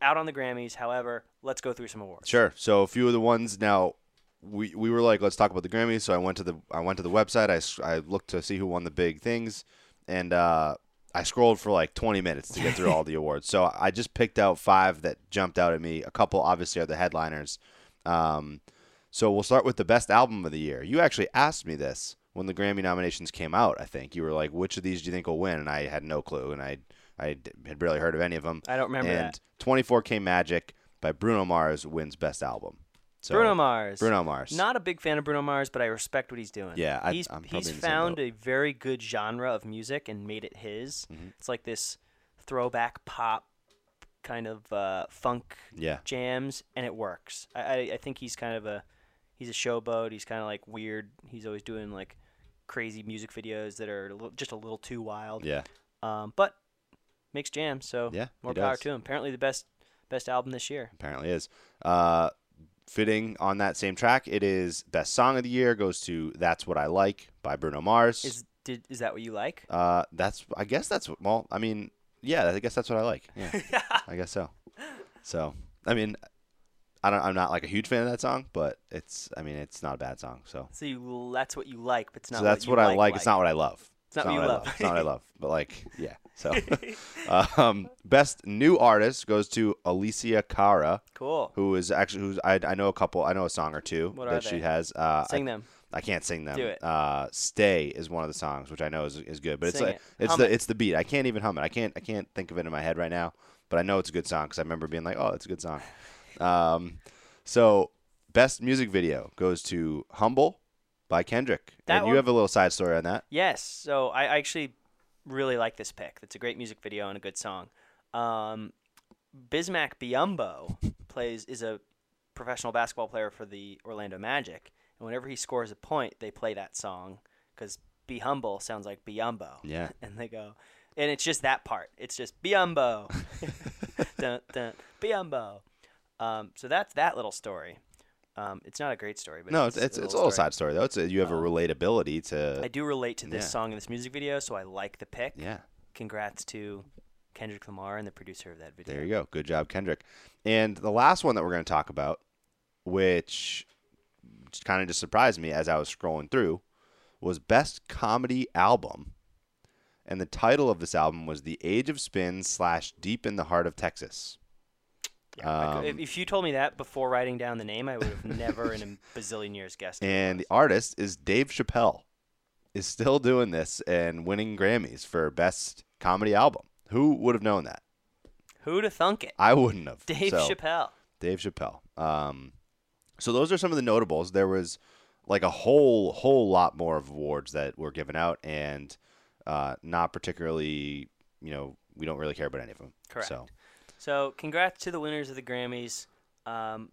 B: out on the Grammys, however, let's go through some awards.
A: Sure. So a few of the ones now we, we were like, let's talk about the Grammys. So I went to the I went to the website. I, s- I looked to see who won the big things, and uh, I scrolled for like 20 minutes to get through all the awards. So I just picked out five that jumped out at me. A couple obviously are the headliners. Um, so we'll start with the best album of the year. You actually asked me this when the Grammy nominations came out. I think you were like, which of these do you think will win? And I had no clue, and I I d- had barely heard of any of them.
B: I don't remember
A: And
B: that.
A: 24K Magic by Bruno Mars wins Best Album. So,
B: Bruno Mars.
A: Bruno Mars.
B: Not a big fan of Bruno Mars, but I respect what he's doing.
A: Yeah, I-
B: he's
A: I'm probably
B: he's
A: in the same
B: found
A: boat.
B: a very good genre of music and made it his.
A: Mm-hmm.
B: It's like this throwback pop kind of uh, funk
A: Yeah.
B: jams, and it works. I, I I think he's kind of a he's a showboat. He's kind of like weird. He's always doing like crazy music videos that are a little, just a little too wild.
A: Yeah.
B: Um, but makes jams, so
A: Yeah, he
B: more power
A: does.
B: to him. Apparently the best best album this year.
A: apparently is. Uh, fitting on that same track, it is best song of the year goes to "That's What I Like" by Bruno Mars.
B: Is did is that what you like?
A: uh, that's I guess that's what- well, I mean, yeah, I guess that's what I like. Yeah, I guess so. So I mean, I don't, I'm not like a huge fan of that song, but it's I mean, it's not a bad song. So
B: So you, that's what you like, but it's not.
A: so that's
B: what,
A: what,
B: you
A: I like. It's not what I love. It's
B: not what you
A: I
B: love.
A: It's not what I love. But like, yeah. So, um, best new artist goes to Alicia Cara,
B: cool.
A: who is actually who's I, I know a couple. I know a song or two
B: What
A: that
B: are
A: she
B: they?
A: has. Uh,
B: Sing
A: I,
B: them.
A: I can't sing them.
B: Do it.
A: Uh, Stay is one of the songs, which I know is, is good. But it's
B: Sing
A: like
B: it.
A: it's
B: Hum
A: the
B: it.
A: it's the beat. I can't even hum it. I can't I can't think of it in my head right now. But I know it's a good song because I remember being like, oh, it's a good song. Um, so best music video goes to Humble by Kendrick,
B: That
A: and you
B: one-
A: have a little side story on that.
B: Yes. So I I actually really like this pick. It's a great music video and a good song. Um, Bismack Biombo plays is a professional basketball player for the Orlando Magic, and whenever he scores a point, they play that song because "Be Humble" sounds like Biombo.
A: Yeah.
B: And they go, and it's just that part. It's just Biombo, dun, dun, Biombo. Um, so that's that little story. Um, it's not a great story, but
A: No, it's it's, it's a little
B: story. Oh.
A: side story though. It's a, you have a relatability to
B: I do relate to this
A: Yeah.
B: song in this music video, so I like the pick.
A: yeah.
B: Congrats to Kendrick Lamar and the producer of that video.
A: There you go. Good job, Kendrick. And the last one that we're going to talk about, which kind of just surprised me as I was scrolling through, was Best Comedy Album. And the title of this album was The Age of Spin slash Deep in the Heart of Texas.
B: Yeah, I cou-
A: Um,
B: if- if you told me that before writing down the name, I would have never in a bazillion years guessed. it.
A: and the artist is Dave Chappelle, is still doing this and winning Grammys for best comedy album. Who would have known that?
B: Who to thunk it?
A: I wouldn't have.
B: Dave
A: So,
B: Chappelle.
A: Dave Chappelle. Um, so those are some of the notables. There was like a whole whole lot more of awards that were given out, and uh, not particularly. You know, we don't really care about any of them.
B: Correct.
A: So
B: So, congrats to the winners of the Grammys. Um,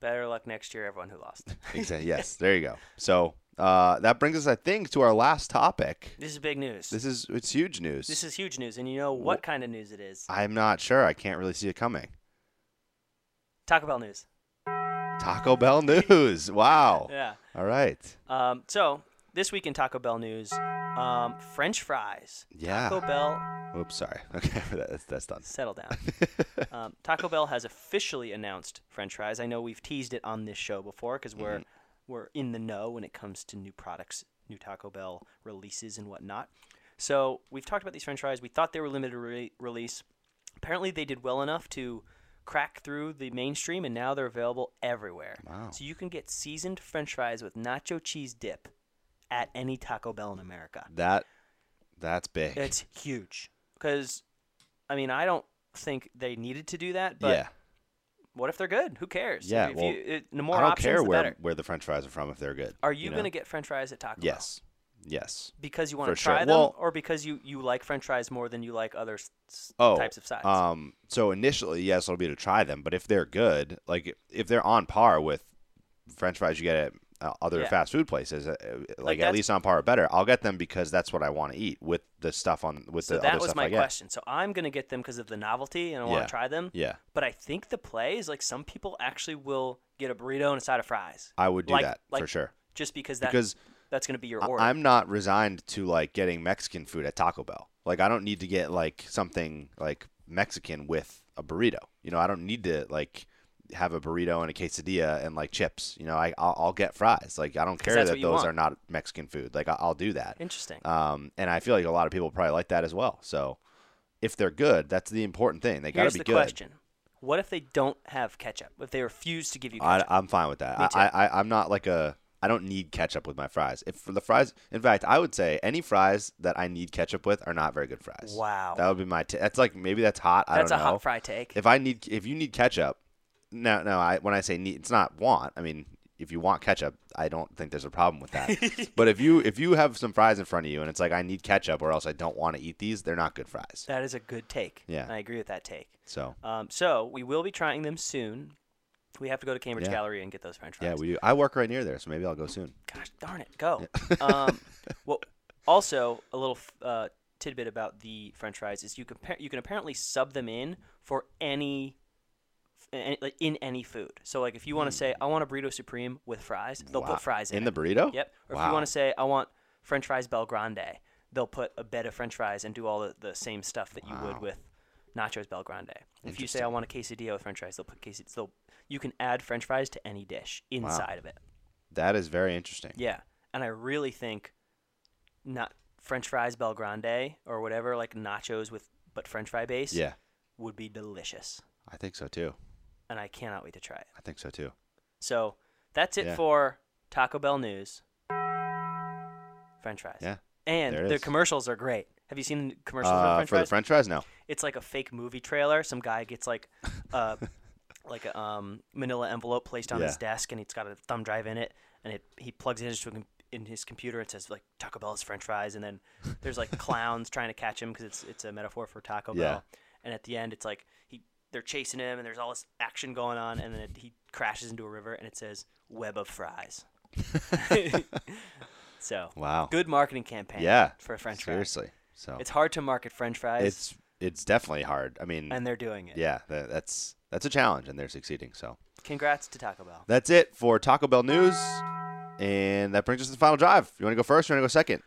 B: better luck next year, everyone who lost.
A: exactly. yes, there you go. So uh, that brings us, I think, to our last topic.
B: this is big news.
A: This is it's huge news.
B: This is huge news, and you know what kind of news it is.
A: I'm not sure. I can't really see it coming.
B: Taco Bell news.
A: Taco Bell news. Wow.
B: Yeah.
A: All right.
B: Um, so this week in Taco Bell news, um, French fries.
A: Yeah.
B: Taco Bell,
A: Oops. Sorry. Okay. That's that's done.
B: settle down. um, Taco Bell has officially announced French fries. I know we've teased it on this show before because we're we're in the know when it comes to new products, new Taco Bell releases and whatnot. So we've talked about these French fries. We thought they were limited re- release. Apparently, they did well enough to crack through the mainstream, and now they're available everywhere.
A: Wow.
B: So you can get seasoned French fries with nacho cheese dip at any Taco Bell in America.
A: That that's big.
B: It's huge because, I mean, I don't think they needed to do that, but
A: yeah.
B: what if they're good? Who cares?
A: Yeah,
B: If
A: well,
B: you, it, the more
A: I don't
B: options,
A: care
B: the
A: where
B: better.
A: where the French fries are from if they're good.
B: Are you,
A: know?
B: going to get French fries at Taco Bell?
A: Yes. Yes.
B: Because you want to
A: For sure.
B: try them,
A: Well-
B: or because you, you like French fries more than you like other s- s-
A: Oh.
B: types of sides.
A: Um. So initially, yes, it'll be to try them, but if they're good, like if they're on par with French fries you get at uh, other
B: Yeah.
A: fast food places, uh, uh, like, at
B: that's-
A: least on par or better, I'll get them because that's what I want to eat with the stuff on with
B: so
A: the
B: that
A: other
B: was
A: stuff
B: my
A: I get.
B: question. So I'm going to get them because of the novelty, and I want
A: Yeah.
B: to try them.
A: Yeah.
B: But I think the play is like some people actually will get a burrito and a side of fries.
A: I would do
B: Like-
A: that
B: like,
A: for sure.
B: Just because that
A: Because
B: that's going to be your
A: I-
B: order.
A: I'm not resigned to like getting Mexican food at Taco Bell. Like I don't need to get like something like Mexican with a burrito. You know, I don't need to like have a burrito and a quesadilla and like chips. You know, I I'll, I'll get fries. Like I don't care
B: that's
A: that
B: what you
A: those
B: want.
A: are not Mexican food. Like I, I'll do that.
B: Interesting.
A: Um, and I feel like a lot of people probably like that as well. So if they're good, that's the important thing. They got to
B: Here's
A: be
B: the
A: good.
B: question: What if they don't have ketchup? If they refuse to give you
A: I,
B: ketchup?
A: I'm fine with that.
B: Me
A: I,
B: too.
A: I, I, I'm not like a. I don't need ketchup with my fries. If for the fries, in fact, I would say any fries that I need ketchup with are not very good fries.
B: Wow.
A: that would be my. T- that's like maybe that's hot. I
B: that's
A: don't
B: a
A: know.
B: hot fry take.
A: If I need, if you need ketchup, no, no. I when I say need, it's not want. I mean, if you want ketchup, I don't think there's a problem with that. but if you if you have some fries in front of you and it's like I need ketchup or else I don't want to eat these, they're not good fries.
B: that is a good take.
A: Yeah.
B: I agree with that take.
A: So
B: Um, so we will be trying them soon. We have to go to Cambridge
A: Yeah.
B: Gallery and get those French fries.
A: yeah, we do. I work right near there, so maybe I'll go soon.
B: Gosh darn it, go. um, well, also a little f- uh, tidbit about the French fries is you compare you can apparently sub them in for any. any- like, In any food, so like if you want to say I want a burrito supreme with fries, they'll
A: Hmm. Wow.
B: put fries in
A: in
B: it.
A: the burrito.
B: Yep. Or if
A: Wow.
B: you want to say, I want French fries Bel Grande, they'll put a bed of French fries and do all the, the same stuff that you would with nachos Bel Grande. If you say, I want a quesadilla with French fries, they'll put quesadillas. They'll, you can add French fries to any dish inside of it.
A: That is very interesting.
B: Yeah. And I really think not French fries Bel Grande or whatever, like nachos with but French fry base
A: Yeah,
B: would be delicious.
A: I think so too.
B: And I cannot wait to try it.
A: I think so too.
B: So that's it
A: Yeah.
B: for Taco Bell news. French fries.
A: Yeah,
B: And
A: there it
B: their
A: is.
B: commercials are great. Have you seen the commercials
A: Uh,
B: for French
A: for the
B: fries?
A: French fries, no.
B: it's like a fake movie trailer. Some guy gets like uh like a um manila envelope placed on his
A: Yeah.
B: desk and it's got a thumb drive in it and it he plugs it into a com- in his computer and says like Taco Bell's French fries and then there's like clowns trying to catch him because it's it's a metaphor for Taco
A: Yeah.
B: Bell. And at the end it's like he they're chasing him and there's all this action going on and then it, he crashes into a river and it says web of fries. so
A: Wow.
B: good marketing campaign
A: Yeah.
B: for French fries.
A: Seriously. So
B: It's hard to market French fries
A: it's it's definitely hard. I mean,
B: and they're doing it.
A: yeah, that, that's that's a challenge, and they're succeeding. So
B: Congrats to Taco Bell.
A: that's it for Taco Bell news, and that brings us to the final drive. You want to go first? Or you want to go second?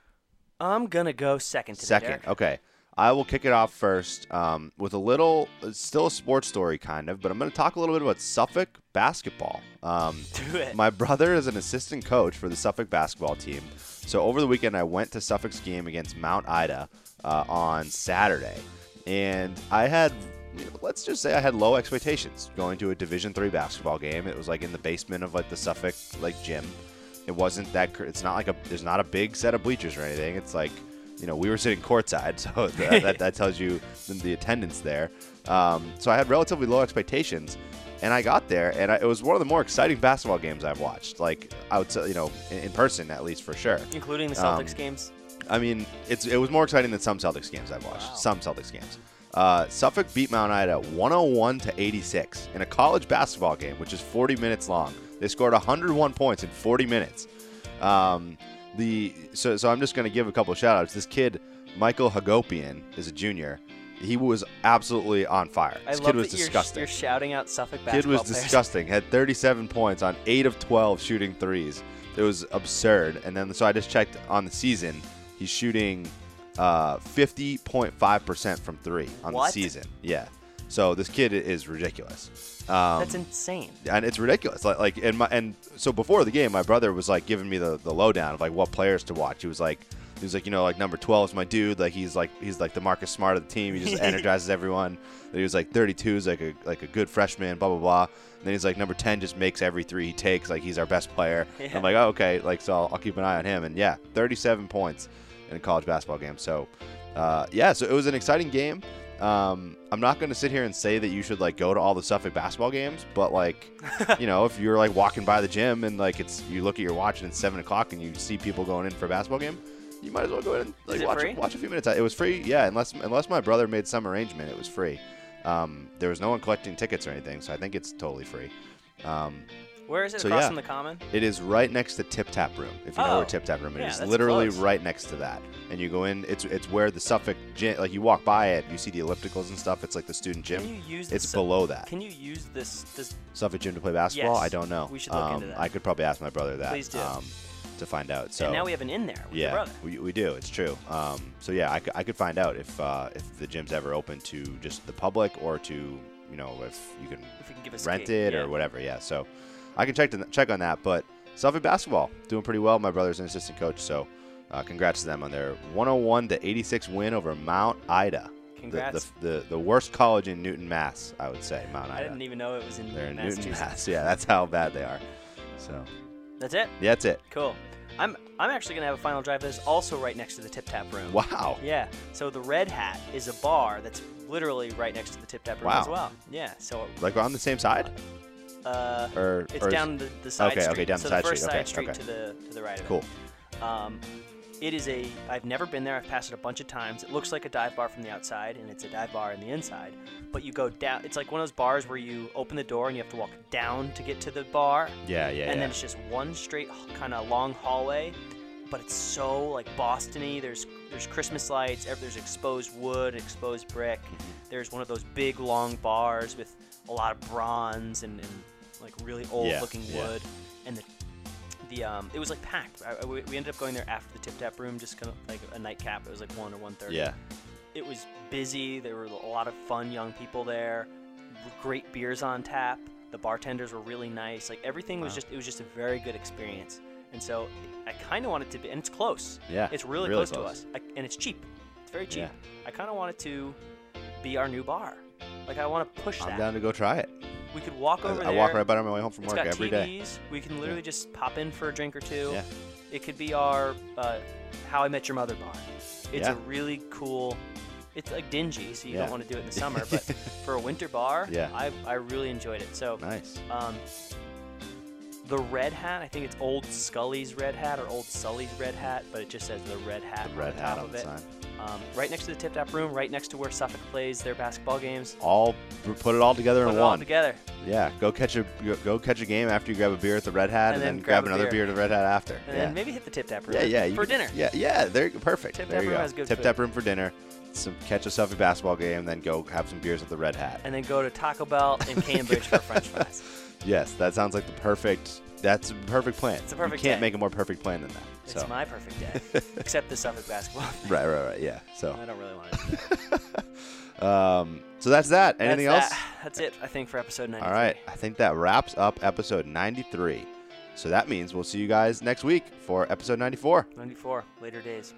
B: I'm gonna go second today.
A: second. Uh,
B: Derek.
A: Okay. I will kick it off first um, with a little, it's still a sports story kind of, but I'm going to talk a little bit about Suffolk basketball. Um,
B: Do it.
A: My brother is an assistant coach for the Suffolk basketball team. So over the weekend, I went to Suffolk's game against Mount Ida uh, on Saturday. And I had let's just say I had low expectations going to a Division three basketball game. It was like in the basement of like the Suffolk like gym. It wasn't that. cr- It's not like a. There's not a big set of bleachers or anything. It's like, you know, we were sitting courtside, so that, that, that tells you the, the attendance there. Um, so I had relatively low expectations, and I got there, and I, it was one of the more exciting basketball games I've watched. Like outside, you know, in, in person at least for sure.
B: including the
A: Um,
B: Celtics games.
A: I mean, it's it was more exciting than some Celtics games I've watched. Some Celtics games. Uh, Suffolk beat Mount Ida 101 to 86 in a college basketball game, which is 40 minutes long. They scored 101 points in 40 minutes. Um, the so, so I'm just going to give a couple shout outs. This kid, Michael Hagopian, is a junior. He was absolutely on fire.
B: I
A: This
B: love
A: kid was
B: that you're,
A: disgusting.
B: you're shouting out Suffolk
A: Kid
B: basketball
A: was
B: players.
A: disgusting. Had 37 points on 8 of 12 shooting threes. It was absurd. And then, so I just checked on the season. He's shooting uh, 50.5% from three on the
B: What?
A: season. Yeah. So this kid is ridiculous. Um,
B: That's insane.
A: and it's ridiculous. Like, like and my and so before the game, my brother was like giving me the, the lowdown of like what players to watch. He was like, he was like, you know, like number twelve is my dude. Like he's like he's like the Marcus Smart of the team. He just energizes everyone. And he was like thirty two is like a like a good freshman. Blah blah blah. And then he's like number ten just makes every three he takes. Like he's our best player. And I'm like, oh, okay. Like so I'll, I'll keep an eye on him. And yeah, thirty seven points in a college basketball game. So uh, yeah, so it was an exciting game. Um, I'm not going to sit here and say that you should like go to all the Suffolk basketball games, but like, you know, if you're like walking by the gym and like it's you look at your watch and it's seven o'clock and you see people going in for a basketball game, you might as well go in and like
B: it
A: watch
B: free?
A: watch a few minutes. It was free, yeah, unless unless my brother made some arrangement, it was free. Um, there was no one collecting tickets or anything, so I think it's totally free. Um,
B: Where is it
A: so
B: across
A: yeah.
B: from the common?
A: it is right next to Tip Tap Room. If you know
B: Oh,
A: where Tip Tap Room is,
B: yeah,
A: it's
B: that's
A: literally
B: close.
A: right next to that. And you go in. It's it's where the Suffolk gym. Like you walk by it, you see the ellipticals and stuff. It's like the student gym.
B: Can you use
A: it's
B: this, uh,
A: below that.
B: Can you use this this
A: Suffolk gym to play basketball?
B: Yes,
A: I don't know.
B: we should look into
A: Um,
B: that.
A: I could probably ask my brother that.
B: Please do.
A: Um, to find out. So
B: and now we have an in there with your
A: yeah,
B: brother.
A: we, we do. It's true. Um, so yeah, I, cou- I could find out if uh, if the gym's ever open to just the public or to you know if you can
B: If we can give us a
A: rent
B: key,
A: it
B: yeah.
A: or whatever. Yeah, so I can check to, check on that. But Suffolk basketball doing pretty well. My brother's an assistant coach, so uh, congrats to them on their 101 to 86 win over Mount Ida. The-
B: Congrats.
A: The, the, the, worst college in Newton, Mass, I would say. Mount Ida.
B: I didn't even know it was in
A: They're in Newton,
B: Massachusetts.
A: Mass. Yeah, that's how bad they are. So
B: That's it.
A: yeah, that's it.
B: Cool. I'm I'm actually gonna have a final drive that's also right next to the Tip Tap Room.
A: Wow.
B: Yeah. So the Red Hat is a bar that's literally right next to the Tip Tap Room
A: Wow.
B: as well. Yeah. So
A: Like we're on the same side,
B: uh,
A: or
B: it's
A: or is-
B: down the, the side
A: okay,
B: street.
A: okay, down the
B: so
A: side
B: the first
A: street,
B: side
A: okay,
B: street
A: okay.
B: to the to the right of
A: Cool.
B: it. Um, it is a. I've never been there. I've passed it a bunch of times. It looks like a dive bar from the outside, and it's a dive bar in the inside. But you go down. It's like one of those bars where you open the door and you have to walk down to get to the bar.
A: Yeah, yeah,
B: and
A: yeah.
B: then it's just one straight kind of long hallway but it's so like bostony there's there's christmas lights ev- there's exposed wood exposed brick
A: Mm-hmm.
B: there's one of those big long bars with a lot of bronze and, and like really old
A: Yeah,
B: looking
A: yeah.
B: wood and the the um it was like packed I, I- we we ended up going there after the tip tap room just kind of like a nightcap it was like 1 or 1.30
A: Yeah.
B: it was busy. There were a lot of fun young people there. Great beers on tap. The bartenders were really nice. Like everything was just it was just a very good experience. And so I kind of wanted to be, and it's close.
A: Yeah,
B: it's really,
A: really
B: close,
A: close.
B: to us, I, and it's cheap. It's very cheap.
A: Yeah.
B: I kind of wanted to be our new bar. Like I want to push
A: I'm
B: that.
A: down to go try it.
B: We could walk
A: I,
B: over
A: I
B: there.
A: walk right by on my way home from
B: It's
A: work
B: got
A: every
B: TVs.
A: day.
B: We can literally just pop in for a drink or two.
A: Yeah.
B: It could be our uh, How I Met Your Mother bar. It's
A: Yeah.
B: a really cool. It's like dingy, so you
A: Yeah.
B: don't want to do it in the summer. But for a winter bar,
A: Yeah.
B: I, I really enjoyed it. So
A: Nice.
B: um, the red hat, I think it's Old Scully's red hat or Old Sully's red hat, but it just says the red hat.
A: The red
B: on the
A: hat
B: top
A: on
B: of
A: the
B: it.
A: sign.
B: Um, right next to the tip tap room, right next to where Suffolk plays their basketball games.
A: All put it all together
B: Put
A: in
B: it
A: one.
B: all together.
A: Yeah, go catch a go, go catch a game after you grab a beer at the Red Hat, and, then, grab,
B: a
A: another beer.
B: beer.
A: at the Red Hat after.
B: And
A: yeah.
B: then maybe hit the tip tap room
A: yeah, yeah, you
B: for
A: can-
B: dinner.
A: Yeah, yeah, there, perfect.
B: Tip
A: there
B: Tap
A: you
B: Room
A: go.
B: has good
A: Tip
B: food.
A: tap room for dinner. Some catch a Suffolk basketball game, then go have some beers at the Red Hat.
B: and then go to Taco Bell in Cambridge for French fries.
A: yes, that sounds like the perfect. That's a perfect plan.
B: It's a perfect
A: You can't
B: day.
A: make a more perfect plan than that.
B: It's
A: so
B: my perfect day, except the Suffolk basketball.
A: right, right, right. Yeah. So
B: I don't really want to. Do that.
A: um, so that's that. Anything
B: That's
A: else?
B: That. That's it, I think, for episode 93.
A: All right. I think that wraps up episode 93. So that means we'll see you guys next week for episode 94.
B: 94, later days.